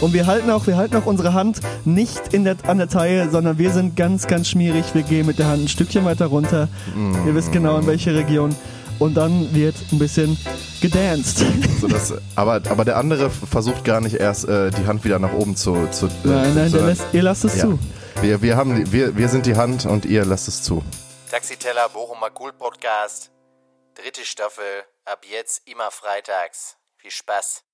Und wir halten auch, wir halten auch unsere Hand nicht in der, an der Taille, sondern wir sind ganz, ganz schmierig. Wir gehen mit der Hand ein Stückchen weiter runter. Ihr wisst genau, in welche Region. Und dann wird ein bisschen gedanced. So, dass, aber, aber der andere f- versucht gar nicht erst äh, die Hand wieder nach oben zu. zu äh, Nein, nein, der sondern- lässt, ihr lasst es ja. zu. Wir, wir, haben, die- wir, wir sind die Hand und ihr lasst es zu. Taxiteller Bochumer Cool Podcast. Dritte Staffel. Ab jetzt immer freitags. Viel Spaß.